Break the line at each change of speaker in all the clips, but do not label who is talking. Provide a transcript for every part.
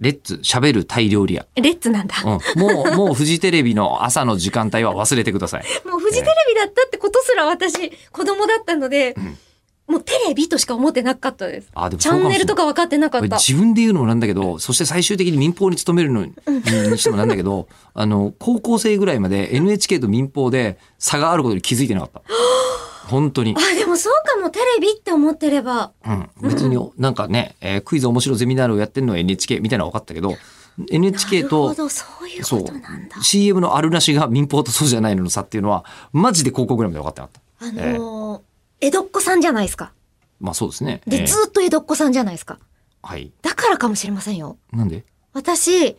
レッツ喋るタイ料理屋。
レッツなんだ。
うん、も う、もうフジテレビの朝の時間帯は忘れてください。
もうフジテレビだったってことすら私、子供だったので、もうテレビとしか思ってなかったです。
あ、でも
チ
そう
ャ
かも
ン
しれな
ネル
い
とか分かってなかった。
自分で言うのもなんだけど、そして最終的に民放に勤めるのににしてもなんだけど、あの、高校生ぐらいまで NHK と民放で差があることに気づいてなかった。 本当に。
あ、でもそうかも、テレビって思ってれば。
うん。別に、なんかね、えークイズ面白ゼミナールをやってるのは NHK みたいなのは分かったけど、NHK
なる
と
ほど、そういう
そ
こ
う
となんだ。
CM のあるなしが民放とそうじゃないのの差っていうのは、マジで高校ぐらいまで分かってなかった。
あのー江戸っ子さんじゃないですか。
まあそうですね。え
で、
ー
ずっと江戸っ子さんじゃないですか。
はい。
だからかもしれませんよ。
なんで
私、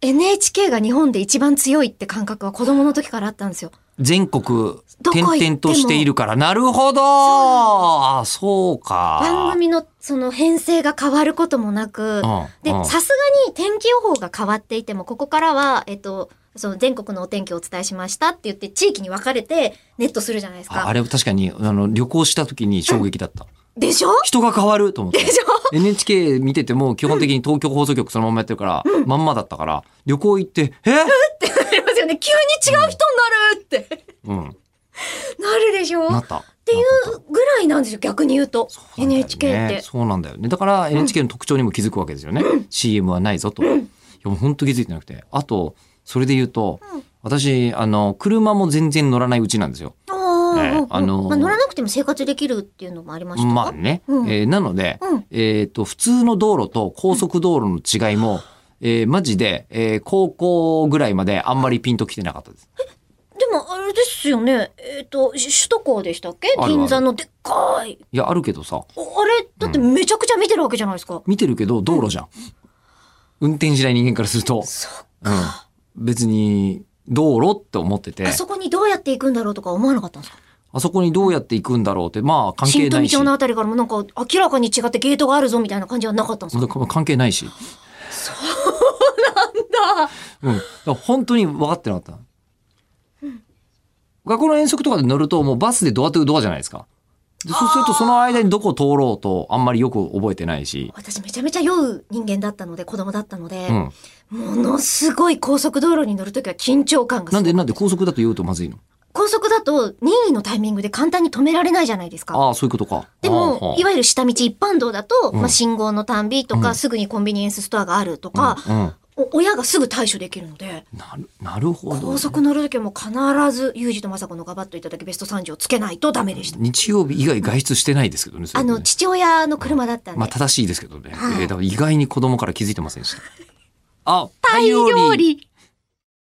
NHK が日本で一番強いって感覚は子供の時からあったんですよ。
全国
どこ
転
行っても
々としているから。なるほどあ、そうか。
番組のその編成が変わることもなく、で、
うんうん
さすがに天気予報が変わっていても、ここからは、えっと、その全国のお天気をお伝えしましたって言って、地域に分かれてネットするじゃないです
あ
か。
あれ確かにあの旅行した時に衝撃だった。
でしょ
人が変わると思っ
で
て。
しょ
NHK 見てても基本的に東京放送局そのまんまやってるから、まんまだったから、旅行行って、え
ありますよね。急に違う人になるって。
うん、
なるでしょ
な
っ
った。って
いうぐらいなんですよ、逆に言うと。NHK って。
そうなんだよね。だから NHK の特徴にも気づくわけですよね。CM はないぞと。いやもう本当気づいてなくて。あと、それで言うと、
うん
私、あの、車も全然乗らないうちなんですよ。
あー
ね
うん
あのー
まあ、乗らなくても生活できるっていうのもありましたか、
まあね。
うん
えーなので、
うん
えっ、と、普通の道路と高速道路の違いも、えーマジで、えー高校ぐらいまであんまりピンときてなかったです。
でもあれですよねえっ、とし首都高でしたっけ
あるある
銀座のでっかい
いや、あるけどさ、
おあれだってめちゃくちゃ見てるわけじゃないですか、
見てるけど道路じゃん。運転しない人間からすると、
そっ
うん、別に道路って思ってて、
あそこにどうやって行くんだろうとか思わなかったんですか
あそこにどうやって行くんだろうって、まあ関係
新
な
富
いし
町、のあたりからもなんか明らかに違ってゲートがあるぞみたいな感じはなかったんですか
まあ関係ないし、
だ
うん、だから本当に分かってなかった。学校の遠足とかで乗ると、もうバスでドアトゥドアじゃないですか。でそうすると、その間にどこ通ろうと、あんまりよく覚えてないし。
私めちゃめちゃ酔う人間だったので子供だったので
う、ん。
ものすごい高速道路に乗るときは緊張感がす
なん
ごい
で、なんで高速だと言うとまずいの
高速だと任意のタイミングで簡単に止められないじゃないですか
ああ、そういうことか。
で
はあは
も
あ、
いわゆる下道一般道だと、
うん
まあ、信号のたんびとか、
うん
すぐにコンビニエンスストアがあるとか、
うんうん
お親がすぐ対処できるので、
なる、なるほどね、
高速乗る時はもう必ず、ユージとマサコのガバッといただきベスト30をつけないとダメでした。
日曜日以外外出してないですけどね。それ
あ
ね
の、父親の車だったんで。
まあ正しいですけどね。
はい
えーだから意外に子供から気づいてませんでした。あ、
タイ料理